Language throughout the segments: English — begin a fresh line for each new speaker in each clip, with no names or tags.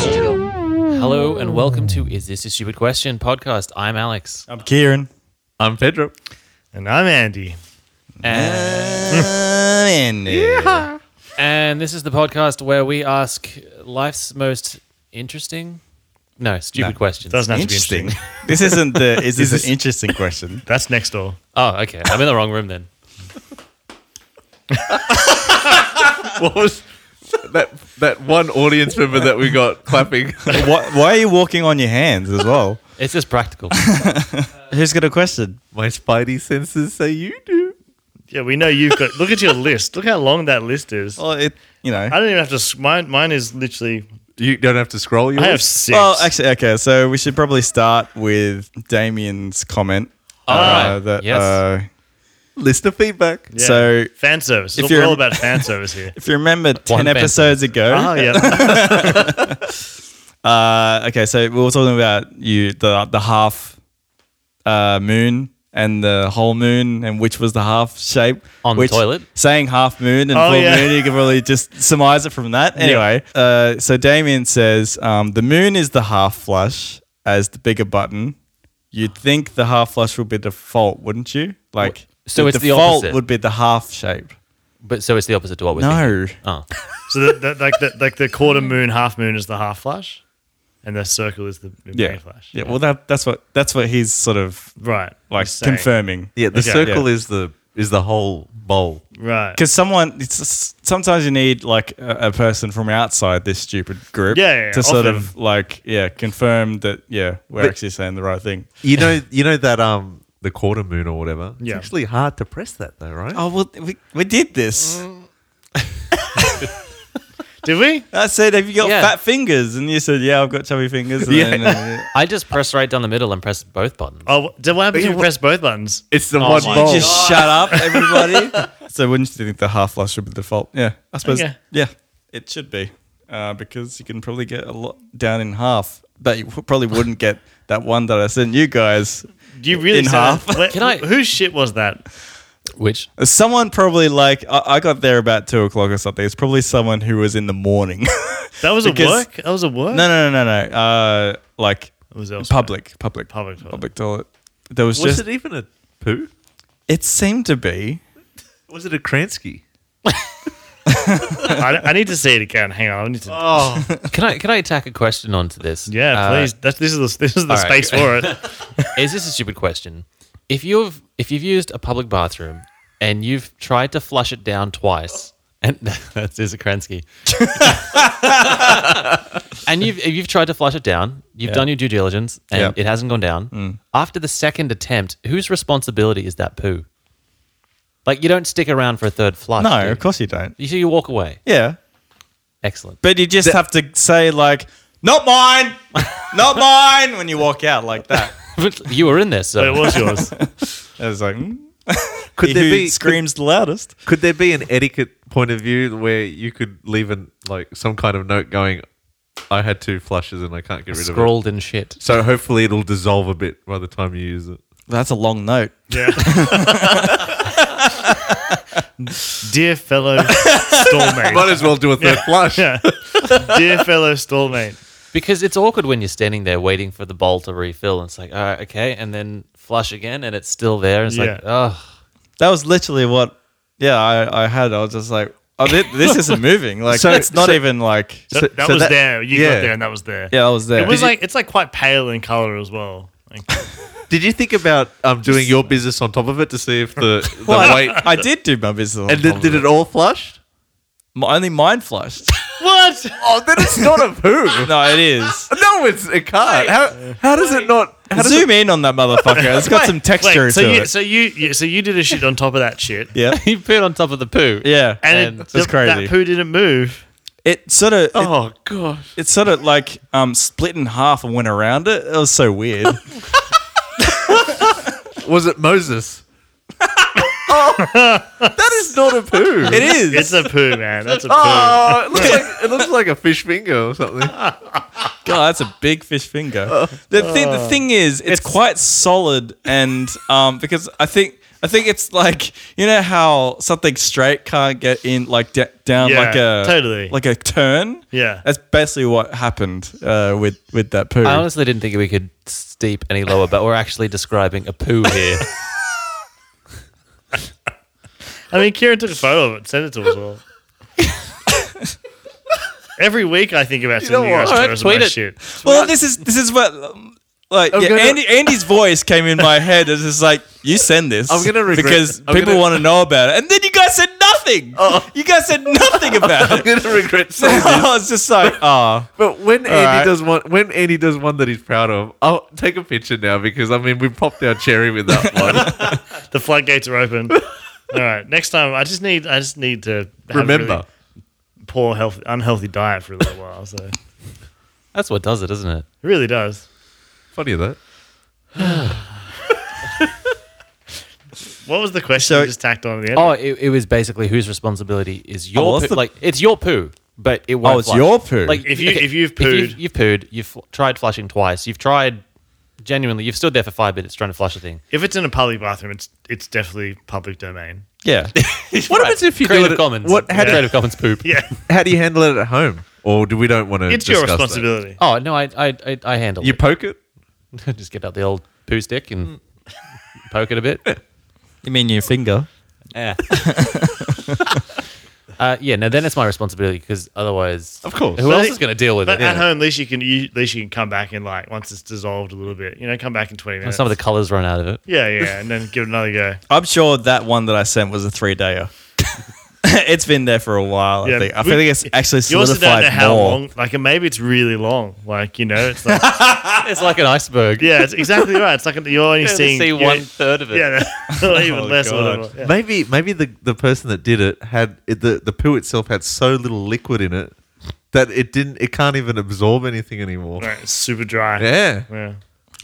Hello and welcome to Is This a Stupid Question podcast. I'm Alex.
I'm Kieran.
I'm Pedro.
And I'm Andy.
Uh,
And,
Andy.
and this is the podcast where we ask life's most interesting, no, stupid questions.
Doesn't have to be
Interesting.
interesting.
this isn't the. Is this an interesting question?
That's next door.
Oh, okay. I'm in the wrong room then.
What was that that one audience member that we got clapping?
why, why are you walking on your hands as well?
It's just practical.
Who's got a question?
My spidey senses say you do.
Yeah, we know you've got. look at your list. Look how long that list is.
Well, it. You know.
I don't even have to. s- Mine, mine is literally.
You don't have to scroll. Yours.
I have six.
Well, actually, okay. So we should probably start with Damien's comment.
All right.
that,
Yes.
uh,
listener feedback.
Yeah.
so-
fan service.
if
Look,
you're-
we're all about fan service here.
if you remember, ten
fan
episodes ago.
oh yeah.
Uh, okay, so we were talking about you the the half uh, moon and the whole moon, and which was the half shape
On the
which-
toilet?
Saying half moon and
Oh,
full
yeah.
moon, you can really just surmise it from that. Anyway, uh, so Damien says um, the moon is the half flush as the bigger button. You'd think the half flush would be default, wouldn't you? Like,
So
the
it's the
default
opposite.
would be the half shape.
But so it's the opposite to what we're thinking. Oh.
No,
so the, the, like the like the quarter moon, half moon is the half flash, and the circle is the the
yeah,
main flash.
yeah. Well, that that's what that's what he's sort of
Right.
like
Just saying.
confirming.
Yeah. The
Okay.
circle is the is the whole bowl.
Right.
because someone it's sometimes you need like a, a person from outside this stupid group
Yeah, yeah, yeah,
to sort of
often.
like yeah confirm that yeah we're
But-
actually saying the right thing
You know. You know that um the quarter moon or whatever. It's
Yeah.
actually hard to press that though, right?
oh well we, we did this
Mm. Did we?
i said have you got
Yeah.
fat fingers and you said yeah i've got chubby fingers and
Yeah.
then, uh,
I just press right down the middle and press both buttons.
Oh, did what happened if
Yeah,
you
what-
press both buttons?
It's the
Oh
one
my
bowl.
just shut up everybody so wouldn't you think the half flush should be the default yeah i suppose
Okay.
yeah it should be uh, because you can probably get a lot down in half but you probably wouldn't get that one that i sent you guys
You really
In
sound-
half.
Wait,
Can I-
Whose shit was that?
Which
Someone probably like I, I got there about two o'clock or something. It's probably someone who was in the morning.
That was a
Because-
work. That was a work.
no, no, no, no, no. Uh, like
It was elsewhere.
public, public,
Public toilet.
public toilet. There was,
Was
just.
it even a poo?
It-, seemed to be.
Was it a Kransky?
I, I need to see it again. Hang on. I need to.
Oh,
can I can I tack a question onto this?
Yeah,
Uh,
please. That's, this is the, this is the
all right.
space for it.
Is this a stupid question? If you've if you've used a public bathroom and you've tried to flush it down twice, and that's Isa Kransky, and you've if you've tried to flush it down, you've done your due diligence, and
Yeah. Mm.
it hasn't gone down. After the second attempt, whose responsibility is that poo? Like you don't stick around for a third flush. do
No,
you?
of course you don't.
You so you walk away.
Yeah,
Excellent.
but you just have to say like, "Not mine, not mine" when you walk out like that.
But you were in there, so
But it was yours.
I was like, mm.
could there
who
be
screams the loudest?
Could there be an etiquette point of view where you could leave an like some kind of note going, "I had two flushes and I can't get rid of
scrawled in shit.
it." So hopefully it'll dissolve a bit by the time you use it.
That's a long note.
Yeah. Dear fellow stallmate.
Might as well do a third flush.
yeah. Dear fellow stallmate.
Because it's awkward when you're standing there waiting for the bowl to refill. And it's like, all right, okay. And then flush again and it's still there. It's like,
Yeah.
oh,
That was literally what. Yeah, I, I had. I was just like, "Oh, thi- this, isn't moving." Like,
So-
it's not
so-
even like.
That,
So-
that
so
was
that-
there. You
yeah.
got there and that was there.
Yeah, I was there.
It was
Did you-
like it's like quite pale in color as well. Like,
Did you think about um, doing your business on top of it to see if the, the
Well,
weight
I, I did do my business.
and then did it all flush?
only mine flushed.
what?
Oh, then it's not a poo.
no, it is.
No, it's it can't. How how does it not? How does
Zoom in on that motherfucker. It's got some texture
Wait, so
to
you,
it.
so you yeah, so you did a shit on top of that shit.
yeah,
he put it on top of the poo.
yeah.
And,
And
it,
that's
the-
crazy.
that poo didn't move.
It sort of, it,
Oh gosh.
it sort of like um split in half and went around it. It was so weird.
Was it Moses? oh, that is not a poo.
it is.
It's a poo, man. That's a poo.
Oh, it looks like it looks like a fish finger or something.
God, Oh, that's a big fish
Oh.
finger. The, thi- the thing is, it's, quite solid, and um, because I think I think it's like you know how something straight can't get in like d- down
Yeah,
like a
totally.
like a turn.
Yeah.
that's basically what happened uh, with with that poo.
I honestly didn't think we could steep any lower, but we're actually describing a poo here.
I mean, Kieran took a photo of it, sent it to us all. Every week, I think about sending you
what?
guys
All right,
photos of my
tweet it.
shit.
well, this is this is what um, like yeah,
gonna-
Andy, Andy's voice came in my head. It's just like you send this.
I'm gonna regret-
because
I'm
people
gonna- Oh.
want to know about it, and then you guys said nothing. You guys said nothing about it.
I'm gonna regret saying this.
I was just like, oh,
But when Andy
right.
does one, when Andy does one that he's proud of, I'll take a picture now because I mean we popped our cherry with that one.
The floodgates are open. all right, next time, I just need, I just need to have a
Remember,
really poor, health, unhealthy diet for a little while. So it
That's what does it, isn't it?
really does.
funny that.
What was the question
So-
you just tacked on at the end?
Oh, it, it was basically whose responsibility is
Oh,
your
what's
poo.
the-
like it's your poo, but it won't.
it's
flush.
your poo.
Like
If you- if you've
you've-
pooed.
you've, pooed. You've fl- tried flushing twice. You've tried genuinely. You've stood there for five minutes trying to flush a thing.
If it's in a public bathroom, it's it's definitely public domain.
yeah.
What
happens if you do
Creative
it at-
Commons?
what- how do-
Creative Commons poop?
Yeah,
How do you handle it at home, or do we don't want to?
it's your responsibility.
Oh no, I I I, I handle
You poke it.
it. Just get out the old poo stick and poke it a bit.
You mean your finger?
Yeah. uh, yeah. No, then it's my responsibility because otherwise,
Of course.
who
But
else
it-
is going to deal with
But
it?
at home, at least you can you, at least you can come back and like once it's dissolved a little bit, you know, come back in twenty
And
minutes.
Some of the colors run out of it.
yeah, yeah, and then give it another go.
I'm sure that one that I sent was a three dayer. it's been there for a while. I
Yeah,
think. I
we-
think it's actually
You also don't
solidified
know how
more.
long, like, and maybe it's really long. Like, you know, it's like,
It's like an iceberg.
yeah, it's exactly right. It's like you're only
You
seeing
see
you're-
one third of it.
yeah, no, or
Oh,
even less. Or
God.
whatever. Yeah.
Maybe maybe the, the person that did it had it, the the poo itself had so little liquid in it that it didn't it can't even absorb anything anymore.
Right, it's super dry.
Yeah.
yeah.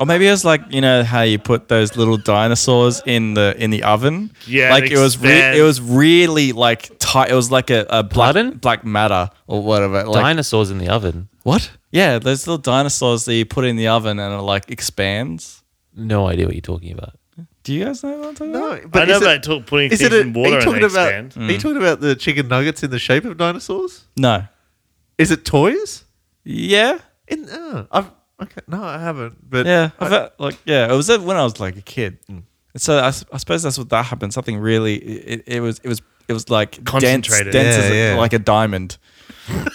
Or maybe it was like you know how you put those little dinosaurs in the in the oven.
Yeah,
like
it
it was re-
expands.
it was really like tight. It was like a, a black
Pardon?
black matter or whatever. Like
Dinosaurs in the oven.
what? Yeah, those little dinosaurs that you put in the oven and it like expands.
No idea what you're talking about.
Do you guys know what I'm talking about?
No,
I know
is it-
about talk, putting
is
things
it a,
in
are
water
you
and they
talking about
expand.
are you talking about the chicken nuggets in the shape of dinosaurs?
No.
Is it toys?
Yeah.
In uh, I've okay no I haven't but
Yeah. I
I-
felt like yeah, it was it when I was like a kid. And So I, s- I suppose that's what that happened. Something really it, it was it was it was like dense, dense
Concentrated.
as
Yeah,
a-
yeah.
like a diamond.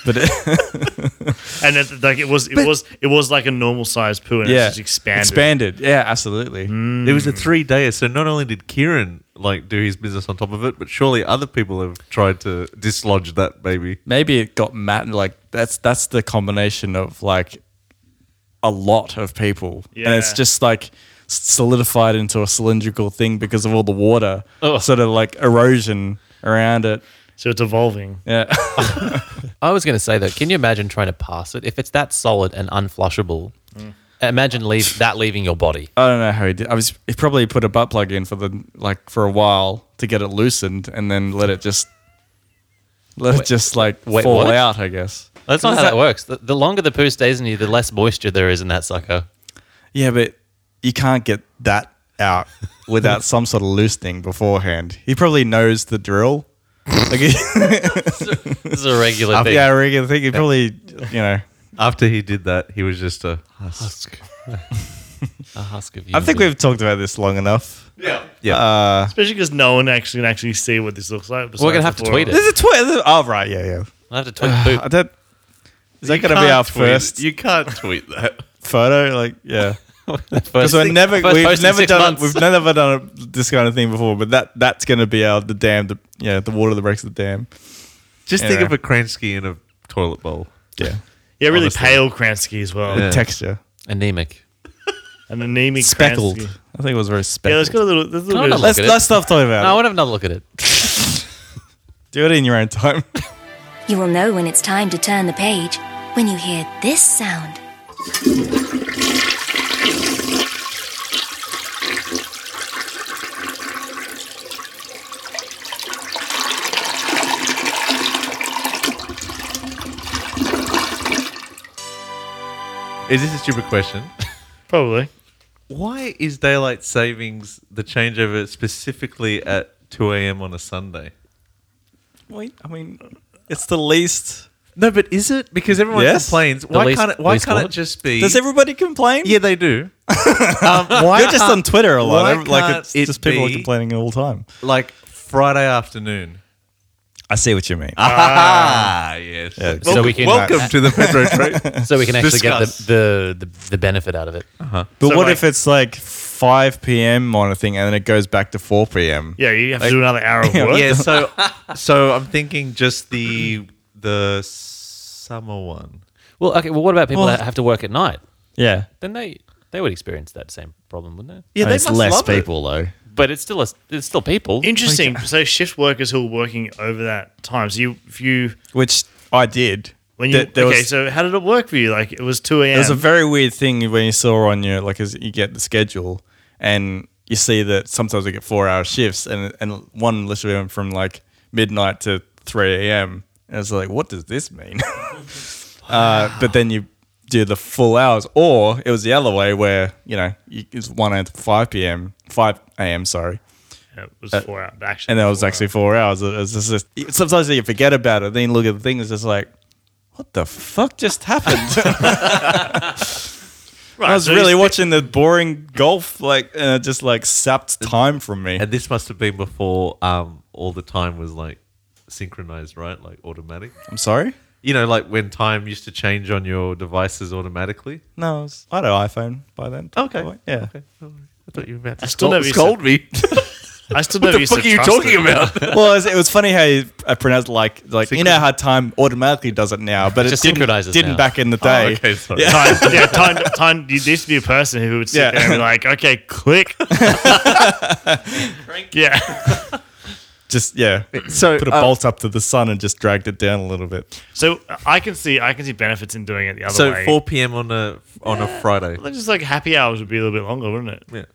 But it,
And it, like it was, it was, it was like a normal sized poo, and
yeah,
it's just expanded.
Expanded. Yeah, absolutely.
it
Mm.
was a three dayer so not only did Kieran like do his business on top of it but surely other people have tried to dislodge that baby.
Maybe it got mat like that's that's the combination of like a lot of people, and it's
Yeah.
just like solidified into a cylindrical thing because of all the water,
Ugh.
sort of like erosion around it.
So it's evolving.
Yeah.
I was going to say though, can you imagine trying to pass it if it's that solid and unflushable? Imagine leave that leaving your body.
I don't know how he did. I was he probably put a butt plug in for the like for a while to get it loosened, and then let it just let it
Wait.
just like
Wait,
fall
what?
out. I guess.
That's not
Is
how
that-
that works. The, the longer the poo stays in you, the less moisture there is in that sucker.
Yeah, but you can't get that out without some sort of loosening beforehand. He probably knows the drill. Like,
This is a regular thing.
yeah, I reckon- I think he probably you know.
After he did that he was just a
Husk. a husk of you.
I think we've talked about this long enough.
yeah yeah
Uh,
Especially because no one actually can actually see what this looks like.
We're gonna have to tweet it.
there's a tweet. Oh right, yeah, yeah.
I have to tweet poop.
I don't, is that going to be
can't
our
tweet-
first
You can't tweet that.
photo? Like, yeah.
First
Because we're
thing-
never
first post
we've
in
never
six
done
months.
we've never done a, this kind of thing before, but that that's going to be our the dam the yeah the water that breaks the dam
Just
Yeah.
think of a Kransky in a toilet bowl.
yeah
Yeah, really
Honestly.
pale Kransky as well.
Yeah.
texture
anemic.
An anemic
speckled
Kransky.
I think it was very
Yeah, let's got
speckled
a little. There's a little
Kind
bit
of like-
let's
of
Look at it.
let's stop talking
No, I
about it
want to have another look at it.
do it in your own time
You will know when it's time to turn the page when you hear this sound.
Is this a stupid question?
probably.
Why is daylight savings the changeover specifically at 2 a.m. on a Sunday?
Wait, I mean, it's the least.
No, but is it? Because everyone
Yes.
complains.
The
Why
least-
can't it, why
least
can't it
what?
just be?
Does everybody complain?
yeah, they do. um, why
You're just
can't-
on Twitter a lot.
why
Every- Like
can't
it's
it
just people are
be-
complaining all the time.
like Friday afternoon.
I see what you mean.
Ah, yes.
Yeah,
So
welcome
we can-
welcome to the Pedro trade.
So we can actually
Discuss.
get the, the, the, the benefit out of it.
but
So,
what
like-
if it's like 5 p.m. on a thing and then it goes back to 4 p.m.?
Yeah, you have to do another hour of work.
yeah, so so I'm thinking just the the summer one.
Well, okay. Well, what about people
Well-
that have to work at night?
Yeah.
Then they they would experience that same problem, wouldn't they?
Yeah,
And
they
it's
must
less
love it.
people though.
But it's still a, it's still people.
Interesting. So shift workers who are working over that time. So you, if you,
Which I did.
when you,
There- there
okay,
was-
so um, how did it work for you? Like it was two a.m.
It was a very weird thing when you saw on your like as you get the schedule and you see that sometimes we get four hour shifts and and one literally went from like midnight to three a.m. and it's like what does this mean? uh, but then you do the full hours, or it was the other way where you know you, it's one a.m. to five p.m. five a.m. Sorry,
Yeah, it
uh,
was four hours actually.
and that
it
was
four
actually four hours. It was just, just- sometimes you forget about it, then you look at the thing, it's just like. What the fuck just happened?
hours. Right,
I was
so
really
you-
watching the boring golf, like, and it just like sapped time from me.
And this must have been before um, all the time was like synchronized, right? Like automatic.
I'm sorry.
You know, like when time used to change on your devices automatically.
No, I, was, I had an iPhone by then.
Okay.
yeah.
Okay. all right. I thought you were about to
I still
scold,
never used to-
scold me.
I still never
what the
used to
fuck are you
trust
talking
it.
about?
well, it was, it was funny how you, I pronounced like like you know how time automatically does it now, but it
Just
didn't-
synchronizes
Didn't
now.
back in the day.
Oh, okay, sorry.
Time, yeah, time, time. There used to be a person who would sit
Yeah.
there and be like, "Okay, click." yeah.
Just yeah,
So
put a
uh,
bolt up to the sun and just dragged it down a little bit.
So I can see, I can see benefits in doing it the other
so
way.
4 p.m. on a on a Friday.
Well, just like happy hours would be a little bit longer, wouldn't it?
Yeah.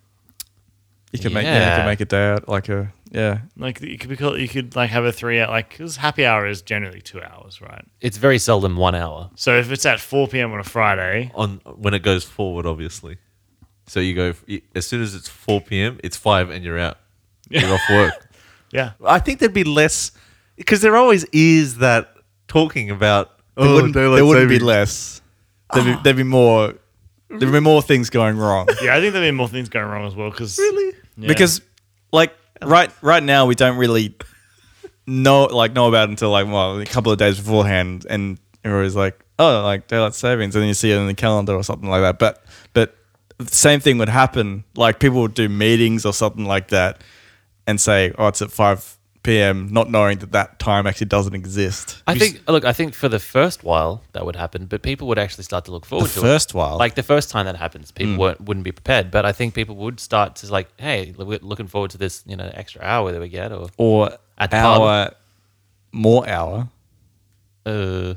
You can make yeah, you
Yeah.
can make a day out like a yeah.
Like you could be called, you could like have a three hour like because happy hour is generally two hours, right?
It's very seldom one hour.
So if it's at four p.m. on a Friday,
on when it goes forward, obviously. So you go as soon as it's 4 p.m. It's five and you're out. You're off work.
yeah,
I think there'd be less because there always is that talking about.
There wouldn't, there wouldn't be less. There'd
Ah.
be, there'd be more. There'd be more things going wrong.
yeah, I think there'd be more things going wrong as well. Because
Really?
yeah.
because like right right now we don't really know like know about it until like well a couple of days beforehand and everybody's like oh like daylight savings and then you see it in the calendar or something like that but but the same thing would happen like people would do meetings or something like that and say oh it's at 5 p.m not knowing that that time actually doesn't exist
I think. Look, I think for the first while that would happen, but people would actually start to look forward to it.
first while. Hmm.
like the first time that happens, people weren't, wouldn't be prepared. But I think people would start to like, hey, we're looking forward to this, you know, extra hour that we get, or
or
At the
hour more hour
uh,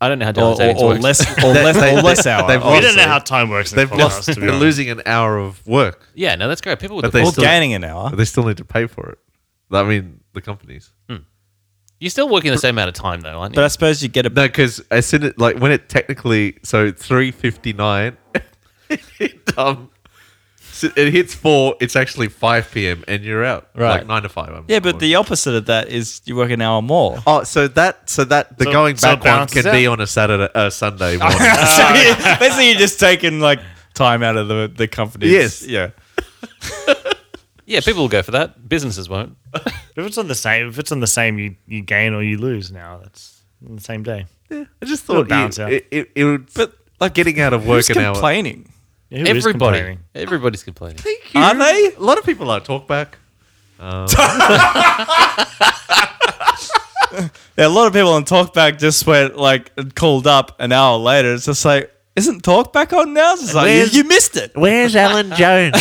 I don't know how
or,
daylight
or,
savings
or
works.
less or less or less hour
they've
or,
we
lost-
don't know
Honestly,
how time works. In
They've
podcasts,
lost.
to be
They're
honest.
losing an hour of work,
Yeah, no, that's great. People would
But
look
they
or
forward to
still-
it.
gaining an hour
but they still need to pay for it. I mean, the companies.
You're still working the same amount of time though, aren't you?
but i suppose you get a
No, because as soon as like when it technically so three fifty nine, um, so it hits four. It's actually five p.m. and you're out.
Right.
like nine to five. I'm,
Yeah,
I'm
but the opposite of that is you work an hour more.
Oh, so that so that the
So-
going
so it
back one
balances
can be
out.
on a Saturday, uh, Sunday morning.
so you, basically, you're just taking like time out of the the company.
Yes.
yeah.
yeah, people will go for that. Businesses won't.
If it's on the same, if it's on the same, you you gain or you lose. Now that's on the same day.
Yeah, I just
It'll
thought
balance
you,
out.
it, it, it would, but like getting out of
Who's
work an hour.
complaining?
Yeah, who is
Everybody,
complaining?
everybody's complaining.
Thank you.
Are they?
A lot of people are talkback.
Yeah, a lot of people on Talkback just went like called up an hour later. It's just like, isn't Talkback on now? It's just like you,
Where's-
you missed it.
Where's Alan Jones?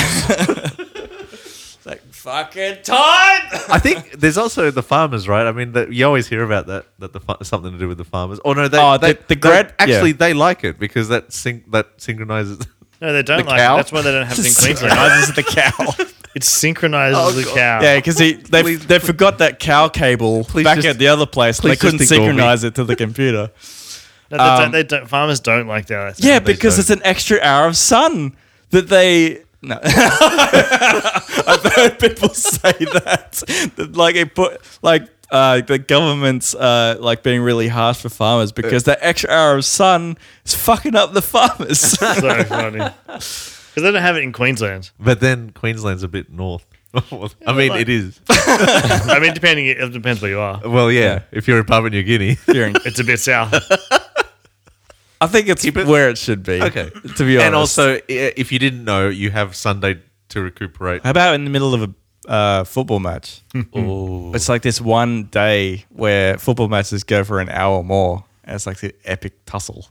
It's like fucking time.
I think there's also the farmers, right? I mean, that you always hear about that that the fa- something to do with the farmers. Oh no, they,
Oh,
they
the- the
they-
grad-
actually
yeah.
they like it because that sync that synchronizes.
no, they don't
The
like. it.
cow?
That's why they don't have it in Queensland.
Synchronizes the cow.
It synchronizes the cow.
Yeah, because they
Ah. Please-
they forgot that cow cable back
just-
at the other place. They
please just
couldn't
ignore me.
synchronize it to the computer.
No, they don't-
Um,
they don't- farmers don't like that.
Yeah,
they
because
don't.
it's an extra hour of sun that they No. I've heard people say that. That, Like it put like uh, the government's uh, like being really harsh for farmers because that extra hour of sun is fucking up the farmers.
so funny. Because they don't have it in Queensland.
But then Queensland's a bit north. I mean, it is.
I mean, depending, it depends where you are.
Well, yeah. If you're in Papua New Guinea,
During-
It's a bit south.
I think it's where it should be.
Okay.
To be honest.
and also i- if you didn't know, you have Sunday to recuperate.
How about in the middle of a uh, football match? It's like this one day where football matches go for an hour or more. And it's like the epic tussle.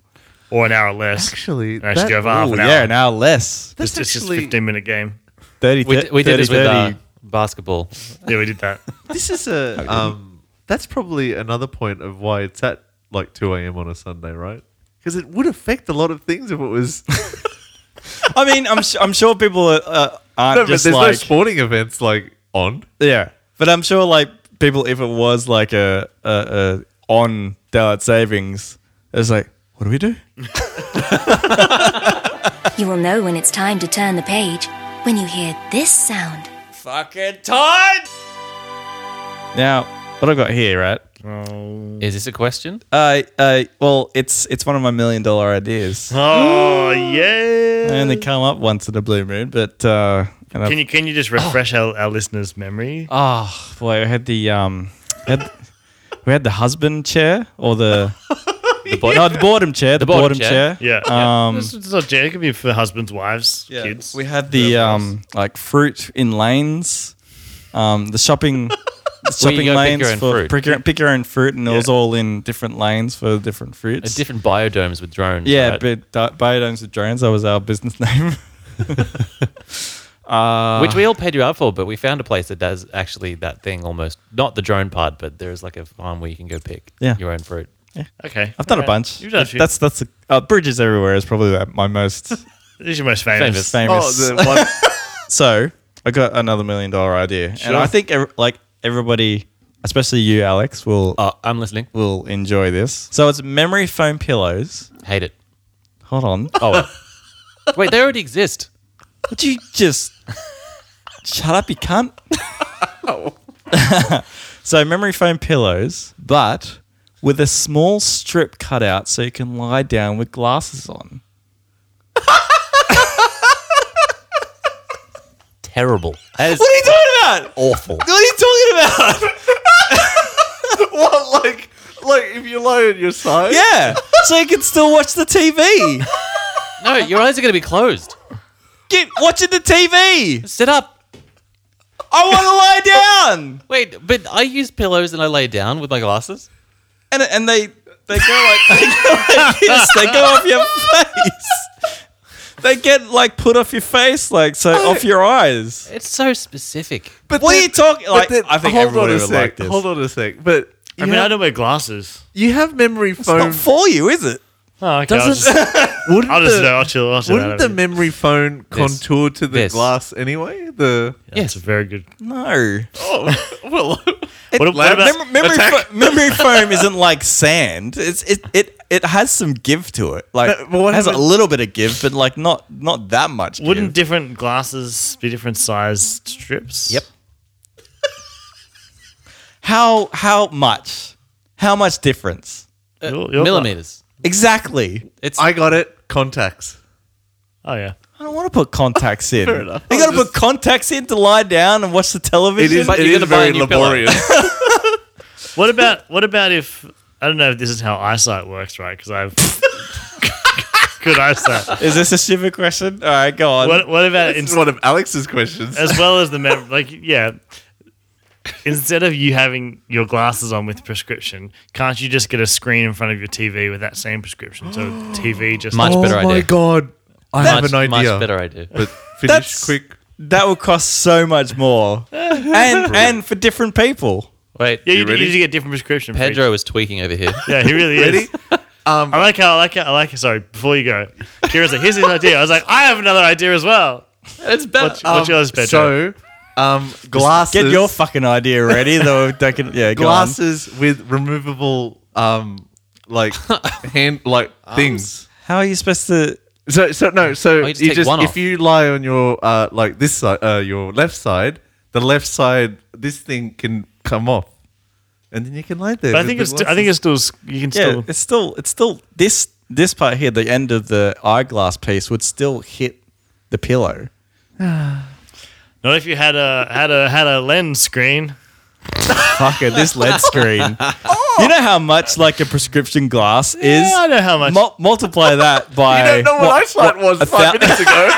Or an hour less.
Actually,
And I should
that-
go for half
Ooh,
an hour.
yeah, an hour less.
It's just a
actually-
15 minute game.
30,
We, d- we did
30,
this with
30.
uh, basketball.
Yeah, we did that.
This is a um. That's probably another point of why it's at like two a.m. on a Sunday, right? Because it would affect a lot of things if it was.
I mean, I'm su- I'm sure people are, uh, aren't
no, but
just
there's no
like
sporting events like on.
yeah, but I'm sure like people if it was like a a, a on daylight savings, it's like what do we do?
You will know when it's time to turn the page when you hear this sound.
Fucking time. Now what I've got here, right?
Oh,
Is this a question?
Uh, uh, well, it's it's one of my million dollar ideas.
oh yeah.
I only come up once in a blue moon, but uh, and I-
Can you can you just refresh our, our listeners' memory?
Oh boy, we had the um, we had, we had the husband chair or the the, bo- no, the boredom chair, the,
boredom
boredom chair.
chair.
Yeah.
Um,
it's, it's not Jan. It could be for husbands, wives,
yeah.
kids.
We had the um, like fruit in lanes, um, the shopping. the
Where you
Shopping
go pick
lanes
your own
for
fruit.
Pick, your, pick your own fruit, and it was all in different lanes for different
A
fruits.
different biodomes with drones.
Yeah,
right?
but uh, Biodomes with Drones, that was our business name. uh,
which we all paid you out for, but we found a place that does actually that thing almost. Not the drone part, but there's like a farm where you can go pick
Yeah.
your own fruit.
okay.
I've done a
Alright.
bunch.
You've done a
That-
few.
That's that's a, uh, Bridges Everywhere is probably the- my most
These are your most
Famous.
famous.
famous.
Oh, the one.
So I got another million dollar idea, and I think ev- like everybody, especially you, Alex, will
Uh, I'm listening.
will enjoy this. So it's memory foam pillows.
Hate it.
Hold on,
Oh, wait. wait, they already exist.
would you just shut up, you cunt? so memory foam pillows, but with a small strip cut out so you can lie down with glasses on.
Terrible. That is
What are you talking about?
awful.
What are you talking about?
what like like if you lie on your side?
Yeah, so you can still watch the TV.
No, your eyes are going to be closed.
Get watching the TV.
Sit up.
I want to lie down.
Wait, but I use pillows and I lay down with my glasses.
and and they they go like they go like this. They go off your face. They get like put off your face, like so off your eyes.
It's so specific.
But
What are
then-
you talking-
but
like,
then-
I think
hold
everybody
on a
would
sec,
like this.
Hold on a sec. But you,
I mean,
have,
I don't wear glasses.
you have memory foam.
Not for you, is it?
Oh, okay. I'll
Doesn't-
just,
wouldn't
I'll just
the-
I'll chill. I'll chill
Wouldn't the memory phone
This.
contour to the
This.
glass anyway? The
Yes, very good.
No.
oh well,
What, what
lab-
about
Mem- memory,
attack.
fo- memory foam isn't like sand. It's it it it has some give to it. Like
But- but what
has a
happens-
little bit of give, but like not not that much.
wouldn't
give.
different glasses be different size strips?
Yep.
how how much? How much difference?
Your- your-
Millimeters.
Exactly.
It's
I got it. Contacts.
Oh yeah.
I don't want to put contacts in.
Fair enough.
You got to put contacts in to lie down and watch the television.
It is.
But
it
you
is
gotta buy a
very
new pillow.
laborious.
What about what about if I don't know if this is how eyesight works, right? Because I have good eyesight.
Is this a shiver question? All right, go on.
What what about
it's
in,
one of Alex's questions.
as well as the mem- like yeah. Instead of you having your glasses on with prescription, can't you just get a screen in front of your TV with that same prescription? So TV just
Much
oh
better
my
idea.
god! I
much,
have an idea.
much better idea.
But finish
That's-
quick.
That would cost so much more, and and for different people.
Wait,
yeah, you,
You
you
ready?
need to get different prescription. for each-
Pedro was tweaking over here.
yeah, he really
Ready? Um,
is. I like how I like how I like. Sorry, before you go, Kira's like, "Here's his idea." I was like, "I have another idea as well."
it's better.
What's, what's yours, Pedro?
um, So, um, glasses.
Get your fucking idea ready, though. That can, yeah, go on.
glasses with removable um, like hand like things.
How are you supposed to
So so no so
Oh, you
you
just
just,
take one off.
if you lie on your uh like this side uh, your left side the left side this thing can come off and then you can lie there.
But I
with
think
the
it's st- I
glasses.
think it's still s- you can
Yeah,
still
it's still it's still this this part here, the end of the eyeglass piece would still hit the pillow.
not if you had a had a had a lens screen.
Fucker, this LED screen. You know how much like a prescription glass is?
Yeah, I know how much.
Mul- multiply that by.
you don't know what, eyesight was
a
five
thou-
minutes ago.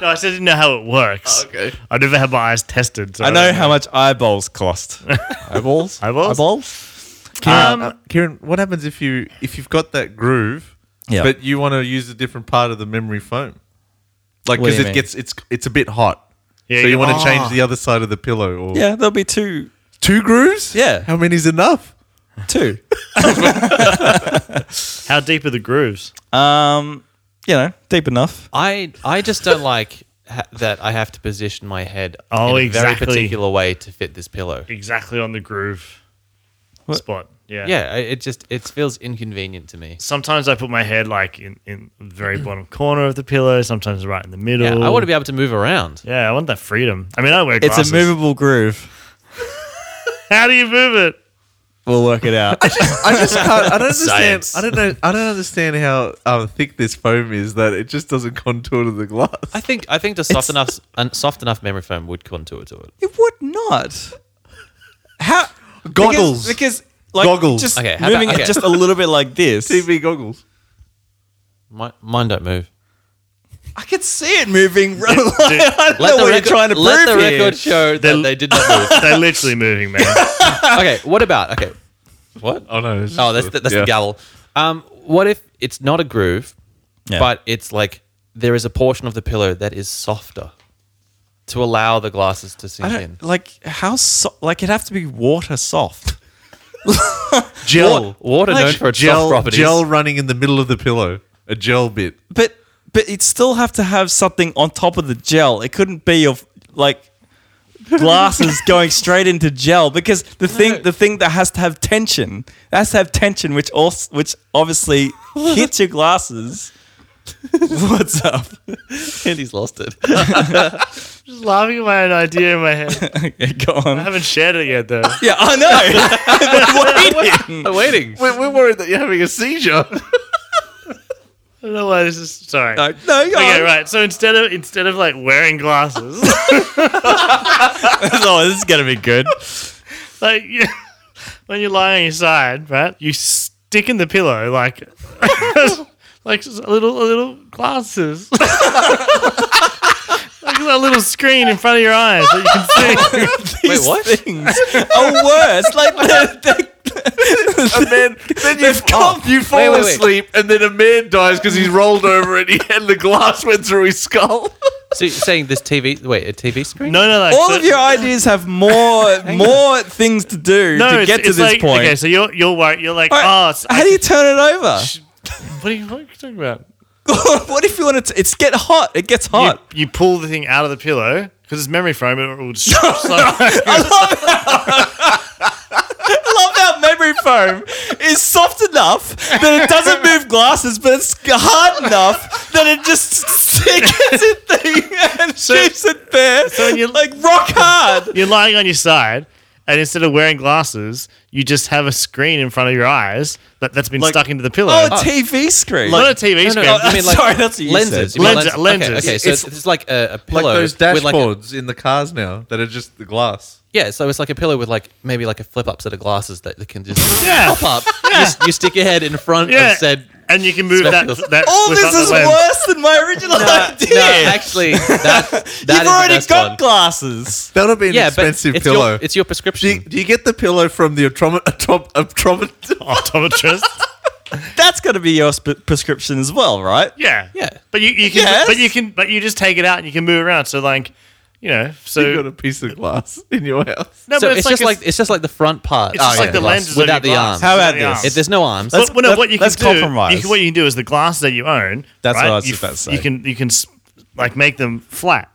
no, I still didn't know how it works.
Oh, okay.
I never had my eyes tested. So
I
don't
know how much eyeballs cost. Eyeballs?
Eyeballs?
Eyeballs? Um,
Kieran, uh, Kieran, what happens if you if you've got that groove,
Yeah.
but you want to use a different part of the memory foam, like
What do
because
you
it
mean?
gets it's it's a bit hot,
Yeah,
so you
you-
want to
Ah.
change the other side of the pillow or
Yeah, there'll be two.
two grooves.
Yeah.
how many's enough?
Two.
How deep are the grooves?
Um, you know, deep enough.
I I just don't like ha- that I have to position my head
Oh,
in a
exactly.
very particular way to fit this pillow.
Exactly on the groove spot. Yeah.
Yeah, I- it just it feels inconvenient to me.
Sometimes I put my head like in, in the very bottom corner of the pillow. Sometimes right in the middle.
Yeah, I want to be able to move around.
Yeah, I want that freedom. I mean, I wear
It's
glasses.
a movable groove.
How do you move it?
We'll work it out.
I just can't. I don't understand.
Science.
I don't know. I don't understand how um, thick this foam is that it just doesn't contour to the glass.
I think I think the soft enough and soft enough memory foam would contour to it.
It would not. How
Goggles.
Because, because, like
Goggles.
just
Okay, how about-
moving
okay.
it just a little bit like this.
TV goggles.
My, mine don't move.
I could see it moving. right- I don't know what you're trying to
let the
prove here.
record show that
They're-
they did not move.
They're literally moving, man.
okay, what about okay? What?
Oh no. it's
Oh, that's
just a-
the, that's
yeah.
the gavel. Um, what if it's not a groove,
Yeah.
but it's like there is a portion of the pillow that is softer to allow the glasses to
I
sink in.
don't, like how so- like it'd have to be water soft.
Gel, water
like
known for its soft
Gel,
properties.
gel running in the middle of the pillow. A gel bit.
But but it'd still have to have something on top of the gel. It couldn't be of like glasses going straight into gel because the thing the thing that has to have tension it has to have tension, which also which obviously hits your glasses. What's up?
and he's lost it.
Just laughing at my own idea in my head.
okay, go
I
on.
haven't shared it yet, though.
Yeah, I know. I'm waiting.
I'm waiting.
We're, we're worried that you're having a seizure.
I don't know why this is. Sorry.
No, no, go
Okay,
on.
right. So instead of instead of like wearing glasses,
oh, this is gonna be good.
like you, when you lie on your side, right, you stick in the pillow like like just a little a little glasses, like a little screen in front of your eyes that you can see.
Wait, what?
Things are worse. Like the, the
and then, then you,
come-
oh, you fall
wait, wait.
asleep, and then a man dies because he's rolled over and, he, and the glass went through his skull.
So you're saying this TV? Wait, a TV screen?
No, no, like
all
so-
of your ideas have more more things to do
no,
to
it's-
get to
it's
this
like,
point.
Okay, so you're you're worried. You're like,
All right,
oh, it's,
how do you turn it over?
what are you, what are you talking about?
what if you want to? It's get hot. It gets hot.
You, you pull the thing out of the pillow because it's memory foam. It will just so,
I love how memory foam is soft enough that it doesn't move glasses, but it's hard enough that it just sticks it thing and shapes it there. So
you-
you're like rock hard.
you're lying on your side, and instead of wearing glasses, you just have a screen in front of your eyes that, that's been
Like-
stuck into the pillow.
Oh, TV screen.
Not a TV
No, no,
screen.
no, I mean like
Sorry, that's what you
lenses.
said.
You mean
Lenses-
Okay,
lenses.
okay, so it's,
It's-
it's like a, a pillow
Like those
with like a,
dashboards in the cars now that are just the glass.
yeah, so it's like a pillow with like maybe like a flip up set of glasses that that can just
Yeah.
pop up. You s- You, stick your head in front
yeah.
of said.
and you can move that.
Spectacles.
that
All
without
this
the
is
lens.
worse than my original idea.
No, actually, that that is
You've
the
already
best
got
one.
glasses.
That would be an
yeah,
expensive
but it's
pillow.
Your, it's your
do, you,
prescription.
do you get the pillow from the optometrist? Optom- optomet-
Optometrist.
That's got to be your sp- prescription as well, right?
Yeah.
Yeah.
But you, you can
Yes.
but you can but you just take it out and you can move around. So like you know, so
you got a piece of glass in your house.
no,
so
but
it's, just
a-
like it's just like the front part.
It's just
of
like the
glass
lenses of your
without the
glass.
arms.
How about
Yeah.
this?
if there's no arms,
Well,
Let's-
well, no,
let-
what you can
let's
do,
compromise.
You can, what you can do is the glasses that you own.
That's
right,
what I was
you
about to
f-
say.
You can you can s- like make them flat,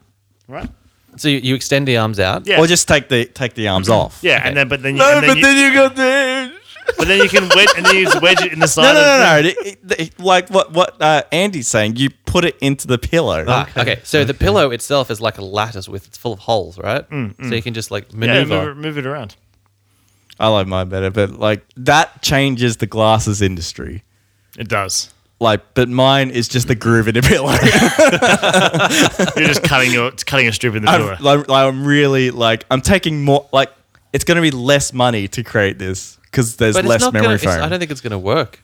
right?
so you, you extend the arms out.
Yeah,
Mm-hmm.
Or just take the take the arms off.
yeah,
okay.
and then but then you,
No,
and then
but
you,
then you got the.
But then you can wedge and then you just wedge it in the
No,
side.
no,
of the
no, no. It- it- it- like what what uh, Andy's saying, you put it into the pillow.
Ah, okay. So the pillow itself is like a lattice with it's full of holes, right? So you can just like
thing. Yeah,
maneuver.
move, it- move it around.
I like mine better, but like that changes the glasses industry.
It does.
Like, but mine is just the groove in the pillow.
You're just cutting your it's cutting a strip in the door.
I'm, like, I'm really like I'm taking more. Like, it's going to be less money to create this because there's
but it's
less
not
memory
gonna, it's- I
foam.
don't think it's going to work.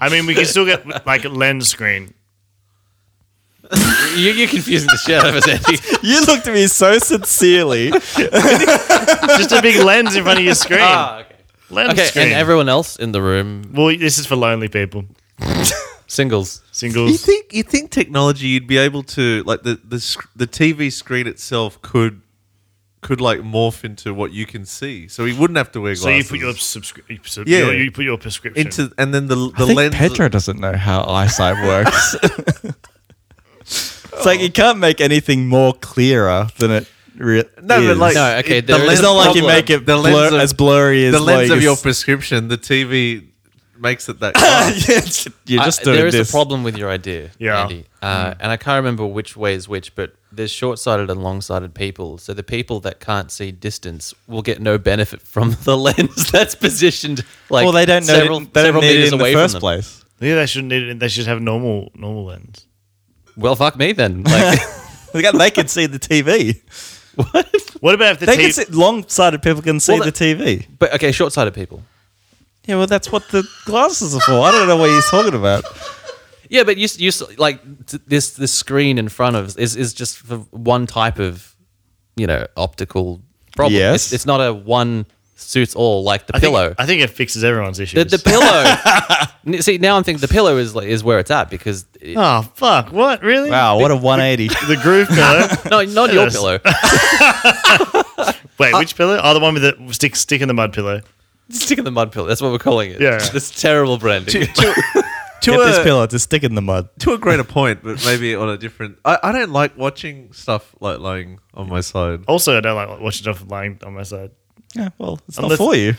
I mean, we can still get like a lens screen.
you, you're confusing the shit out of us, Andy.
You looked at me so sincerely.
Just a big lens in front of your screen.
Ah,
okay.
lens
Okay,
screen.
and everyone else in the room,
well, this is for lonely people,
singles.
singles.
You think you think technology you'd be able to like the the sc- the TV screen itself could could like morph into what you can see, so he wouldn't have to wear glasses.
so you put your subscription.
Yeah.
Yeah. You put your prescription.
into and then the the
I think
lens.
Pedro doesn't know how eyesight works. it's like you can't make anything more clearer than it. Re-
No, but
is.
like
No, okay, there
it's
is
not like you
problem-
make it
the lens
blur-
of-
as blurry as
the lens
like,
of your
it's-
prescription. The TV makes it that. color.
Yes, You're just
I-
doing
there is
this.
a problem with your idea,
Yeah.
Andy. Uh,
Hmm.
And I can't remember which way is which, but there's short-sighted and long-sighted people. So the people that can't see distance will get no benefit from the lens that's positioned like
well, they don't know.
several,
they don't
several
need
meters
it in
away
the first
from them.
place.
yeah, they shouldn't need it. They should have normal normal lens.
Well, fuck me then. Like,
They got- they can see the TV.
What about if the
They
T-
can see, long-sighted people can see
Well,
the TV.
but okay, short-sighted people.
Yeah, well, that's what the glasses are for. I don't know what he's talking about.
Yeah, but you, s- you s- like t- this this screen in front of us is is just for one type of you know optical problem.
Yes.
it's, it's not a one suits all like the
I think-
pillow.
I think it fixes everyone's
the,
issues.
the pillow. N- See, now I'm thinking the pillow is like, is where it's at because it-
oh fuck! What really?
Wow, what a 180.
The groove pillow.
no, not your
Yes.
pillow.
Wait, which pillow? Oh, the one with the stick stick in the mud pillow.
Stick in the mud pillow. That's what we're calling it.
Yeah.
this terrible branding.
Get
a-
this pillow to stick in the mud.
to a greater point, but maybe on a different. I, I don't like watching stuff like lying on my side.
Also, I don't like watching stuff lying on my side.
Yeah, well, it's
Unless-
not for you.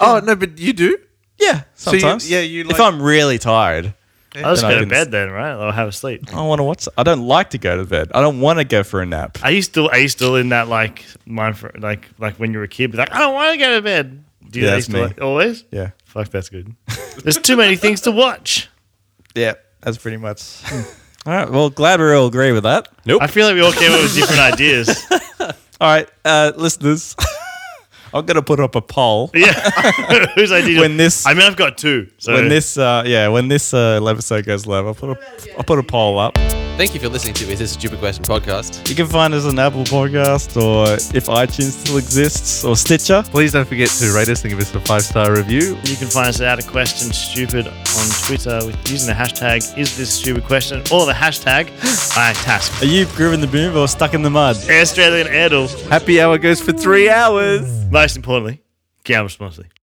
Oh no, but you do.
Yeah,
you-
sometimes.
yeah, you
if
like-
I'm really tired,
I'll just
Then I
go to
can
bed
s-
then, right? I'll have a sleep.
I want to watch. I don't like to go to bed. I don't want to go for a nap.
Are you still are you still in that like mind for like like when you were a kid? be Like I don't want to go to bed. Do you
Yeah,
yeah,
that's me.
still, always?
Yeah,
Fuck, that's good. There's too many things to watch.
yeah, that's pretty much. all right. Well, glad we all agree with that.
I feel like we all came up with different ideas.
All right, uh, listeners, I'm gonna put up a poll.
Yeah, whose idea?
When this-
I mean, I've got two. So
When this, uh, yeah, when this uh, episode goes live, I'll put a, I'll put a poll up.
Thank you for listening to Is This a Stupid Question podcast.
You can find us on Apple Podcast or if iTunes still exists or Stitcher.
Please don't forget to rate us and give us a five star review.
You can find us at Out of Question Stupid on Twitter with using the hashtag Is This Stupid Question or the hashtag I Task.
Are you grooving the boom or stuck in the mud?
Australian Idol.
Happy hour goes for three hours.
Most importantly, gamble responsibly.